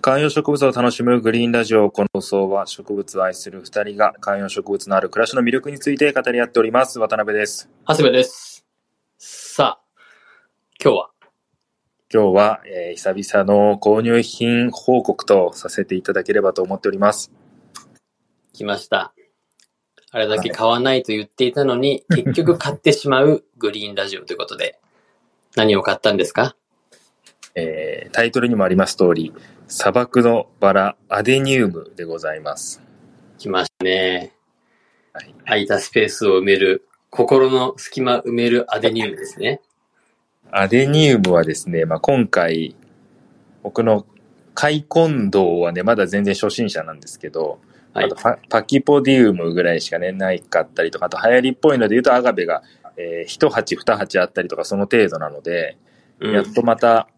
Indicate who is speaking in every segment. Speaker 1: 観葉植物を楽しむ「グリーンラジオ」この放送は、植物を愛する二人が観葉植物のある暮らしの魅力について語り合っております。渡辺です。
Speaker 2: 長谷部です。さあ、今日は、
Speaker 1: 今日は、えー久々の購入品報告とさせていただければと思っております。
Speaker 2: 来ました。あれだけ買わないと言っていたの に、結局買ってしまうグリーンラジオということで、何を買ったんですか
Speaker 1: えータイトルにもあります通り、砂漠のバラアデニウムでございます。
Speaker 2: 来ましたね。
Speaker 1: はい
Speaker 2: 空いたスペースを埋める、心の隙間埋めるアデニウムですね。
Speaker 1: アデニウムはですね、まあ、今回、僕の開墾道はね、まだ全然初心者なんですけど、
Speaker 2: は
Speaker 1: あ
Speaker 2: い
Speaker 1: と。パパキポディウムぐらいしかね、ないかったりとか、あと流行りっぽいので言うとアガベが、えー、一鉢二鉢あったりとか、その程度なので、
Speaker 2: うん
Speaker 1: やっとまた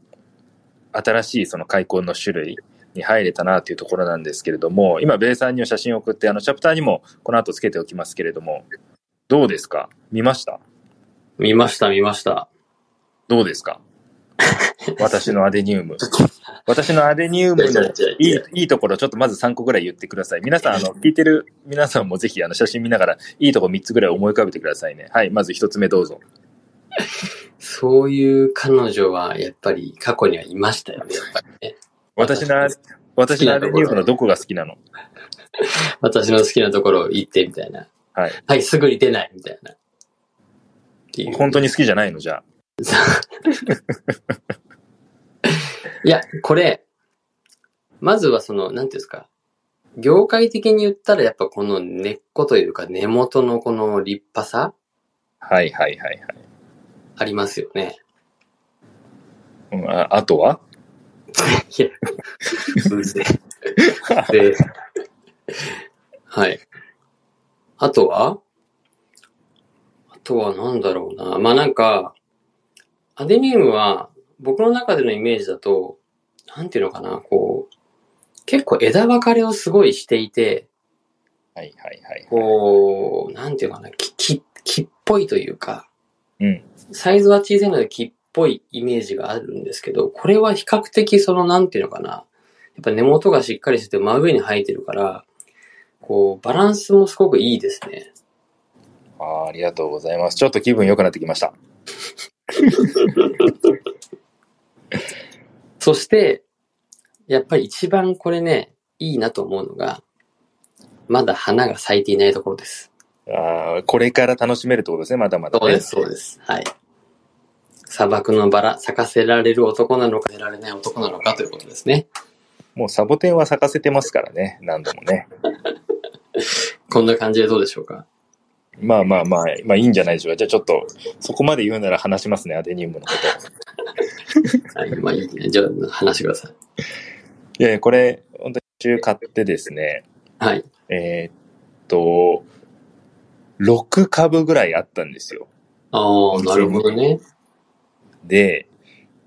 Speaker 1: 新しいその開墾の種類に入れたなというところなんですけれども、今、ベイさんには写真を送って、あの、チャプターにもこの後つけておきますけれども、どうですか見ました
Speaker 2: 見ました、見ました。
Speaker 1: どうです か私のアデニウム。私のアデニウムのいいいいところ、ちょっとまず3個ぐらい言ってください。皆さん、あの、聞いてる皆さんもぜひ、あの、写真見ながら、いいとこ3つぐらい思い浮かべてくださいね。はい、まず1つ目どうぞ。
Speaker 2: そういう彼女は、やっぱり過去にはいましたよね、やっぱりね。
Speaker 1: 私の、私のアデニウムのどこが好きなの
Speaker 2: 私の好きなところを行ってみたいな。
Speaker 1: はい。
Speaker 2: はい、すぐに出ないみたいな。っていう
Speaker 1: 本当に好きじゃないのじゃ
Speaker 2: いや、これ、まずはその、なんていうんですか。業界的に言ったらやっぱこの根っこというか根元のこの立派さ
Speaker 1: あ。はいはいはい
Speaker 2: ありますよね。
Speaker 1: はい。うん、ああとはい
Speaker 2: や、うぜえで、はい。あとはあとはなんだろうな。まあなんか、アデニウムは僕の中でのイメージだと、なんていうのかな、こう、結構枝分かれをすごいしていて、
Speaker 1: はいはいはい。
Speaker 2: こう、なんていうのかな、木、木木っぽいというか、
Speaker 1: うん。
Speaker 2: サイズは小さいので木っぽいイメージがあるんですけど、これは比較的その、なんていうのかな、やっぱ根元がしっかりしてて真上に生えてるから、こう、バランスもすごくいいですね。
Speaker 1: あーありがとうございます。ちょっと気分良くなってきました。
Speaker 2: そして、やっぱり一番これね、いいなと思うのが、まだ花が咲いていないところです。
Speaker 1: ああ、これから楽しめるってことですね、まだまだ、ね。
Speaker 2: そうです、そうです。はい。砂漠のバラ、咲かせられる男なのか、咲かせられない男なのかということですね。
Speaker 1: もうサボテンは咲かせてますからね、何度もね。
Speaker 2: こんな感じでどうでしょうか
Speaker 1: まあまあまあ、まあいいんじゃないでしょうか。じゃあちょっと、そこまで言うなら話しますね、アデニウムのこと。
Speaker 2: はい、まあいいね。じゃあ、話してください。
Speaker 1: いやいや、これ、本当に中買ってですね、
Speaker 2: はい。
Speaker 1: えーっと、6株ぐらいあったんですよ。
Speaker 2: ああ、なるほどね。
Speaker 1: で、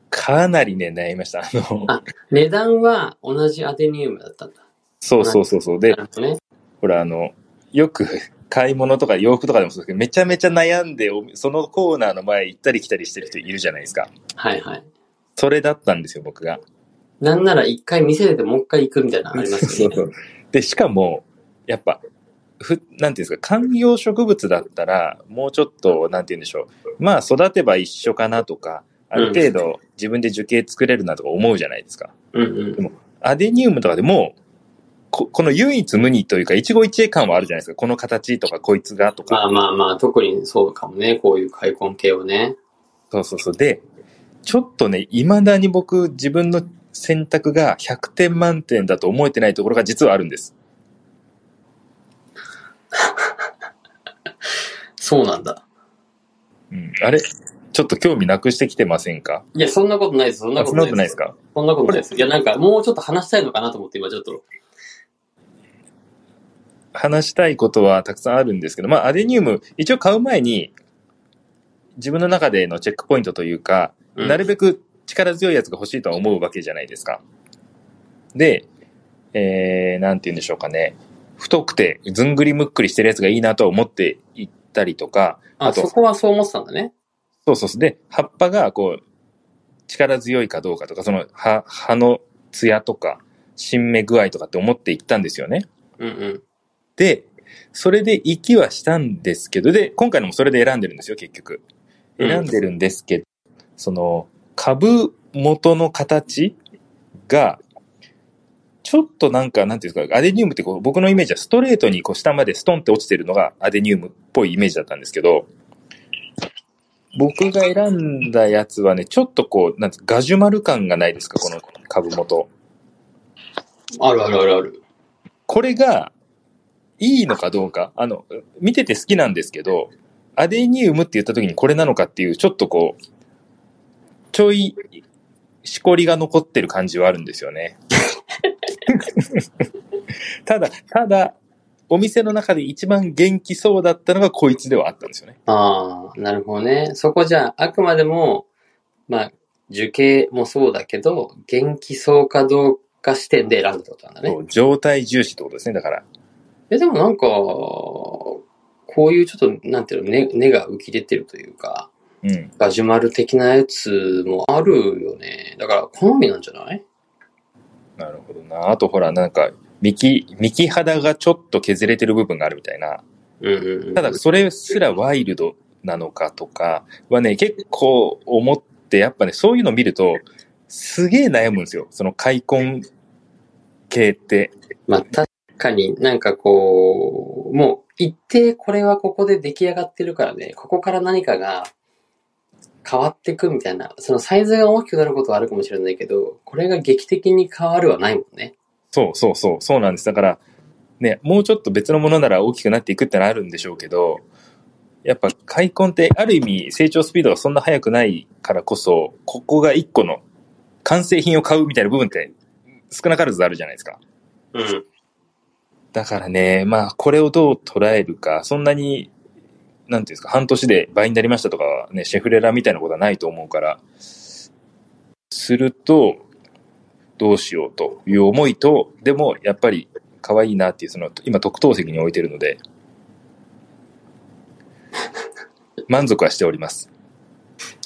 Speaker 1: かなりね、悩みました。あの、
Speaker 2: あ値段は同じアデニウムだったんだ。
Speaker 1: そうそうそうそう。
Speaker 2: な
Speaker 1: で、
Speaker 2: るほどね。
Speaker 1: ほら、あの、よく 買い物とか洋服とかでもそうですけど、めちゃめちゃ悩んで、おそのコーナーの前行ったり来たりしてる人いるじゃないですか。
Speaker 2: はいはい。
Speaker 1: それだったんですよ、僕が。
Speaker 2: なんなら一回見せててもう一回行くみたいなのありますよ ね。
Speaker 1: そうそうで、しかも、やっぱ、ふ、なんていうんですか、観葉植物だったら、もうちょっと、なんて言うんでしょう。まあ、育てば一緒かなとか、ある程度自分で樹形作れるなとか思うじゃないですか。
Speaker 2: うんうん。
Speaker 1: アデニウムとかでも、ここの唯一無二というか、一期一会感はあるじゃないですか。この形とか、こいつがと
Speaker 2: ま
Speaker 1: か。
Speaker 2: あまあまあ、特にそうかもね。こういう開墾系をね。
Speaker 1: そうそうそう。で、ちょっとね、未だに僕、自分の選択が100点満点だと思えてないところが実はあるんです。
Speaker 2: そうなんだ。
Speaker 1: うん。あれちょっと興味なくしてきてませんか
Speaker 2: いや、そんなことないです。そんなこ
Speaker 1: そ
Speaker 2: と
Speaker 1: んな
Speaker 2: な
Speaker 1: ことないで
Speaker 2: いですす。
Speaker 1: か
Speaker 2: そんなことないです。いや、なんかもうちょっと話したいのかなと思って今ちょっと。
Speaker 1: 話したいことはたくさんあるんですけど、まあ、アデニウム、一応買う前に、自分の中でのチェックポイントというか、
Speaker 2: うん
Speaker 1: なるべく力強いやつが欲しいとは思うわけじゃないですか。で、えー、なんて言うんでしょうかね。太くて、ずんぐりむっくりしてるやつがいいなとは思っていったりとか、
Speaker 2: あ、
Speaker 1: あと
Speaker 2: そこはそう思ってたんだね。
Speaker 1: そうそうそう。で、葉っぱが、こう、力強いかどうかとか、その、葉、葉の艶とか、新芽具合とかって思って行ったんですよね。
Speaker 2: うんうん。
Speaker 1: で、それで行きはしたんですけど、で、今回のもそれで選んでるんですよ、結局。
Speaker 2: うん
Speaker 1: 選んでるんですけど、その、株元の形が、ちょっとなんか、なんていうんですか、アデニウムってこう、僕のイメージはストレートにこう下までストンって落ちてるのがアデニウムっぽいイメージだったんですけど、僕が選んだやつはね、ちょっとこう、なんてガジュマル感がないですか、この株元。
Speaker 2: あるあるあるある。
Speaker 1: これがいいのかどうか、あの、見てて好きなんですけど、アデニウムって言った時にこれなのかっていう、ちょっとこう、ちょい、しこりが残ってる感じはあるんですよね。ただ、ただ、お店の中で一番元気そうだったのがこいつではあったんですよね。
Speaker 2: ああ、なるほどね。そこじゃあ、あくまでも、まあ、受刑もそうだけど、元気そうかどうか視点で選ぶってことなんだね。
Speaker 1: そう状態重視ってことですね、だから。
Speaker 2: え、でもなんか、こういうちょっと、なんていうの、根根が浮き出てるというか、
Speaker 1: うん。
Speaker 2: ガジュマル的なやつもあるよね。だから、好みなんじゃない
Speaker 1: なるほどな。あとほら、なんか、幹、幹肌がちょっと削れてる部分があるみたいな。
Speaker 2: うんうんうん。
Speaker 1: ただそれすらワイルドなのかとかはね、結構思って、やっぱね、そういうの見ると、すげえ悩むんですよ。その開墾系って。
Speaker 2: まあ、確かになんかこう、もう一定これはここで出来上がってるからね、ここから何かが変わってくみたいな、そのサイズが大きくなることはあるかもしれないけど、これが劇的に変わるはないもんね。
Speaker 1: そうそうそう、そうなんです。だから、ね、もうちょっと別のものなら大きくなっていくってのはあるんでしょうけど、やっぱ開墾ってある意味成長スピードがそんな速くないからこそ、ここが一個の完成品を買うみたいな部分って少なからずあるじゃないですか。
Speaker 2: うん。
Speaker 1: だからね、まあ、これをどう捉えるか、そんなに、なんていうんですか、半年で倍になりましたとかはね、シェフレラみたいなことはないと思うから、すると、どうしようという思いと、でも、やっぱり、可愛いなっていう、その、今、特等席に置いてるの で、満足はしております。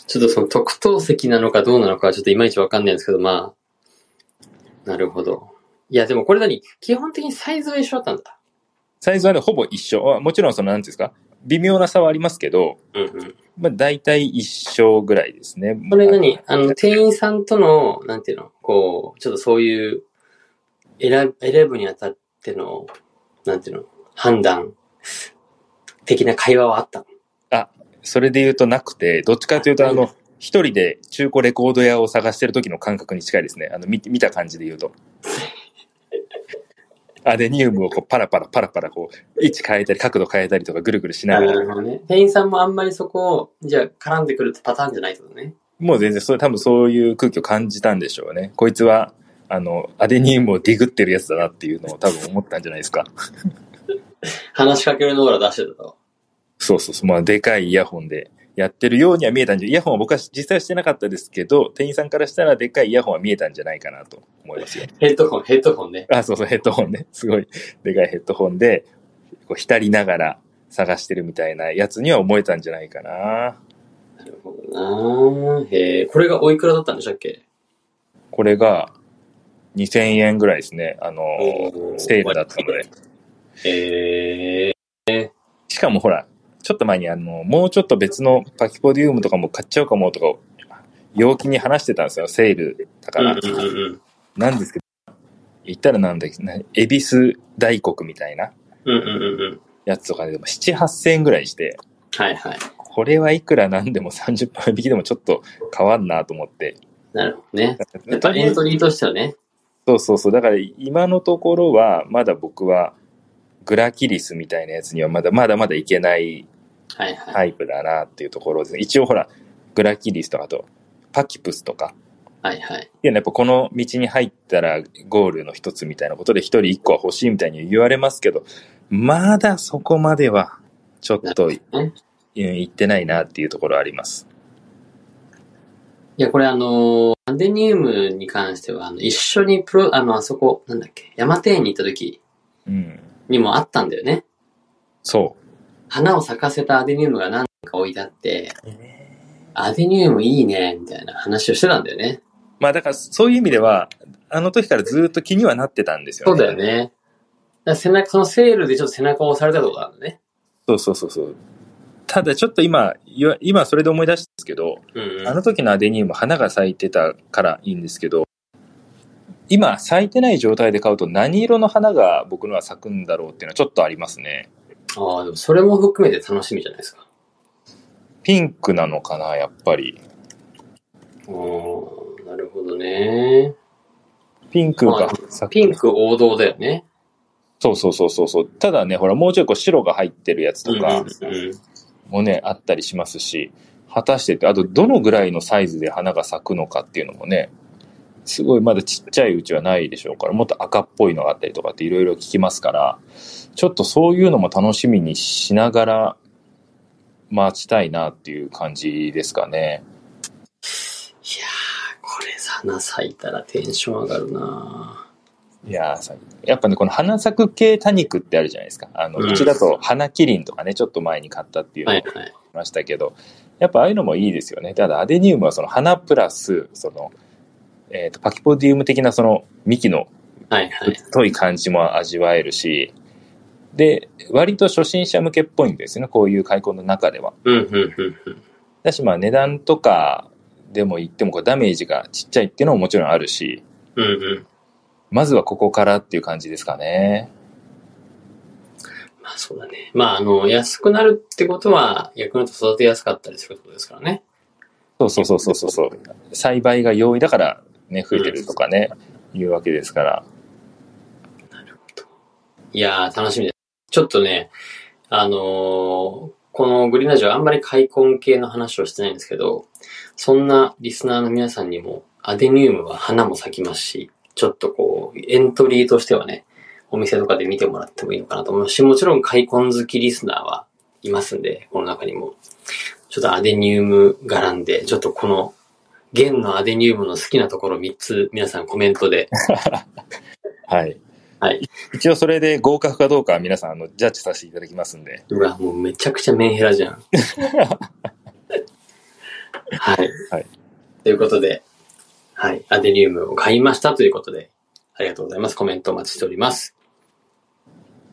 Speaker 2: ちょっとその特等席なのかどうなのかはちょっといまいちわかんないんですけど、まあ、なるほど。いや、でもこれ何基本的にサイズは一緒だったんだ。
Speaker 1: サイズはね、ほぼ一緒。あもちろん、その、なんていうんですか、微妙な差はありますけど、
Speaker 2: うんうん。
Speaker 1: まあ、大体一緒ぐらいですね。
Speaker 2: これ何あの、店員さんとの、なんていうのこう、ちょっとそういう、選ぶ、選ぶにあたっての、なんていうの判断、的な会話はあったの
Speaker 1: それで言うとなくて、どっちかというと、あの、一人で中古レコード屋を探してる時の感覚に近いですね。あの、見見た感じで言うと。アデニウムをこうパラパラパラパラこう、位置変えたり角度変えたりとかぐるぐるしな
Speaker 2: な
Speaker 1: がら、
Speaker 2: るほどね。店員さんもあんまりそこを、じゃあ絡んでくるってパターンじゃないってことね。
Speaker 1: もう全然そう、多分そういう空気を感じたんでしょうね。こいつは、あの、アデニウムをディグってるやつだなっていうのを多分思ったんじゃないですか。
Speaker 2: 話しかけるのーラ出してたと。
Speaker 1: そうそうそう。まあ、でかいイヤホンでやってるようには見えたんじゃ、イヤホンは僕は実際はしてなかったですけど、店員さんからしたらでかいイヤホンは見えたんじゃないかなと思いますよ。
Speaker 2: ヘッドホン、ヘッドホンね。
Speaker 1: あ、そうそう、ヘッドホンね。すごい、でかいヘッドホンで、こう、浸りながら探してるみたいなやつには思えたんじゃないかな。
Speaker 2: なるほどなへえ、これがおいくらだったんでしたっけ
Speaker 1: これが、2000円ぐらいですね。あの
Speaker 2: お、ー
Speaker 1: セールだったので。
Speaker 2: ええ
Speaker 1: しかもほら、ちょっと前にあの、もうちょっと別のパキポディウムとかも買っちゃうかもとか、陽気に話してたんですよ。セールだから。
Speaker 2: うんうんうん
Speaker 1: なんですけど、言ったらなんだっけな、恵比寿大黒みたいな
Speaker 2: うん。うんうんうんうん。
Speaker 1: やつとかで、でも7、8000円ぐらいして、
Speaker 2: はいはい。
Speaker 1: これはいくらなんでも30%引きでもちょっと変わんなと思って。
Speaker 2: なるほどね。やっぱエントリーとしてはね。
Speaker 1: そうそうそう。だから今のところは、まだ僕は、グラキリスみたいなやつにはまだまだまだいけない
Speaker 2: はいはい。
Speaker 1: タイプだなっていうところですね。一応ほら、グラキリスとかあと、パキプスとか。
Speaker 2: はいはい。
Speaker 1: いや、やっぱこの道に入ったらゴールの一つみたいなことで一人一個は欲しいみたいに言われますけど、まだそこまでは、ちょっと、うん行ってないなっていうところはあります。
Speaker 2: いや、これあのーアデニウムに関しては、あの一緒にプロ、あの、あそこ、なんだっけ、山庭園に行った時
Speaker 1: うん。
Speaker 2: にもあったんだよね。
Speaker 1: そ
Speaker 2: 花を咲かせたアデニウムが何か置いてあって、
Speaker 1: う。
Speaker 2: アデニウムいいね、みたいな話をしてたんだよね。
Speaker 1: まあだからそういう意味では、あの時からずっと気にはなってたんですよ
Speaker 2: そ
Speaker 1: ね。
Speaker 2: うだよね。だから背中、そのセールでちょっと背中を押されたとこがあるね。
Speaker 1: そうそうそうそう。ただちょっと今、いわ今それで思い出したんですけど、
Speaker 2: うんうん。
Speaker 1: あの時のアデニウム花が咲いてたからいいんですけど、今咲いてない状態で買うと何色の花が僕のは咲くんだろうっていうのはちょっとありますね。
Speaker 2: ああ、でもそれも含めて楽しみじゃないですか。
Speaker 1: ピンクなのかな、やっぱり。
Speaker 2: ああ、なるほどね。
Speaker 1: ピンク
Speaker 2: ま
Speaker 1: が
Speaker 2: あ
Speaker 1: 咲く。
Speaker 2: ピンク王道だよね。
Speaker 1: そうそうそうそうそう。ただね、ほら、もうちょいこう白が入ってるやつとか
Speaker 2: うんうんうん
Speaker 1: もね、あったりしますし、果たしてって、あとどのぐらいのサイズで花が咲くのかっていうのもね、すごいまだちっちゃいうちはないでしょうから、もっと赤っぽいのがあったりとかっていろいろ聞きますから、ちょっとそういうのも楽しみにしながら待ちたいなっていう感じですかね。
Speaker 2: いやー、これ花咲いたらテンション上がるない
Speaker 1: やーさやっぱね、この花咲く系多肉ってあるじゃないですか。あの、
Speaker 2: うん
Speaker 1: うちだと花麒麟とかね、ちょっと前に買ったっていうの
Speaker 2: は
Speaker 1: を
Speaker 2: いはい。
Speaker 1: ましたけど、やっぱああいうのもいいですよね。ただアデニウムはその花プラス、その、えっ、と、パキポディウム的なその幹の
Speaker 2: はいはい。
Speaker 1: 太い感じも味わえるし、で、割と初心者向けっぽいんですよね、こういう開墾の中では。
Speaker 2: うんうんうんうん。
Speaker 1: だし、まあ値段とかでも言ってもこうダメージがちっちゃいっていうのももちろんあるし、
Speaker 2: うんうん。
Speaker 1: まずはここからっていう感じですかね。
Speaker 2: まあそうだね。まああの、安くなるってことは、逆に言うと育てやすかったりするってことですからね。
Speaker 1: そうそうそうそうそうそう。栽培が容易だからね、増えてるとかね、いうわけですから。
Speaker 2: いやー、楽しみです。ちょっとね、あのーこのグリーンラジオあんまり開墾系の話をしてないんですけど、そんなリスナーの皆さんにも、アデニウムは花も咲きますし、ちょっとこう、エントリーとしてはね、お店とかで見てもらってもいいのかなと思うし、もちろん開墾好きリスナーはいますんで、この中にも。ちょっとアデニウム絡んで、ちょっとこの、弦のアデニウムの好きなところ3つ皆さんコメントで、
Speaker 1: はい。
Speaker 2: はい。
Speaker 1: 一応それで合格かどうかは皆さん、あの、ジャッジさせていただきますんで。
Speaker 2: うわ、もうめちゃくちゃメンヘラじ ゃん。はい。
Speaker 1: はい
Speaker 2: ということで、はい。アデニウムを買いましたということで、ありがとうございます。コメントお待ちしております。